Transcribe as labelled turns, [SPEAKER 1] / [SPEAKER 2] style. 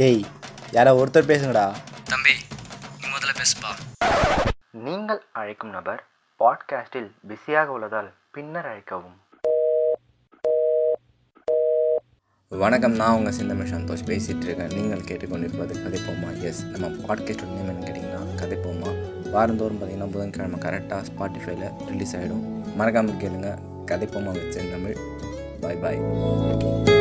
[SPEAKER 1] டேய் யாரா ஒருத்தர் பேசுங்கடா
[SPEAKER 2] தம்பி நீ முதல்ல பேசுப்பா
[SPEAKER 3] நீங்கள் அழைக்கும் நபர் பாட்காஸ்டில் பிஸியாக உள்ளதால் பின்னர் அழைக்கவும்
[SPEAKER 1] வணக்கம் நான் உங்கள் சிந்தமி சந்தோஷ் பேசிகிட்டு இருக்கேன் நீங்கள் கேட்டுக்கொண்டிருப்பது கதைப்போமா எஸ் நம்ம பாட்காஸ்ட் நேம் என்னன்னு கேட்டிங்கன்னா கதைப்போமா வாரந்தோறும் பார்த்தீங்கன்னா புதன்கிழமை கரெக்டாக ஸ்பாட்டிஃபைல ரிலீஸ் ஆகிடும் மறக்காமல் கேளுங்க கதைப்போமா வச்ச தமிழ் பாய் பாய்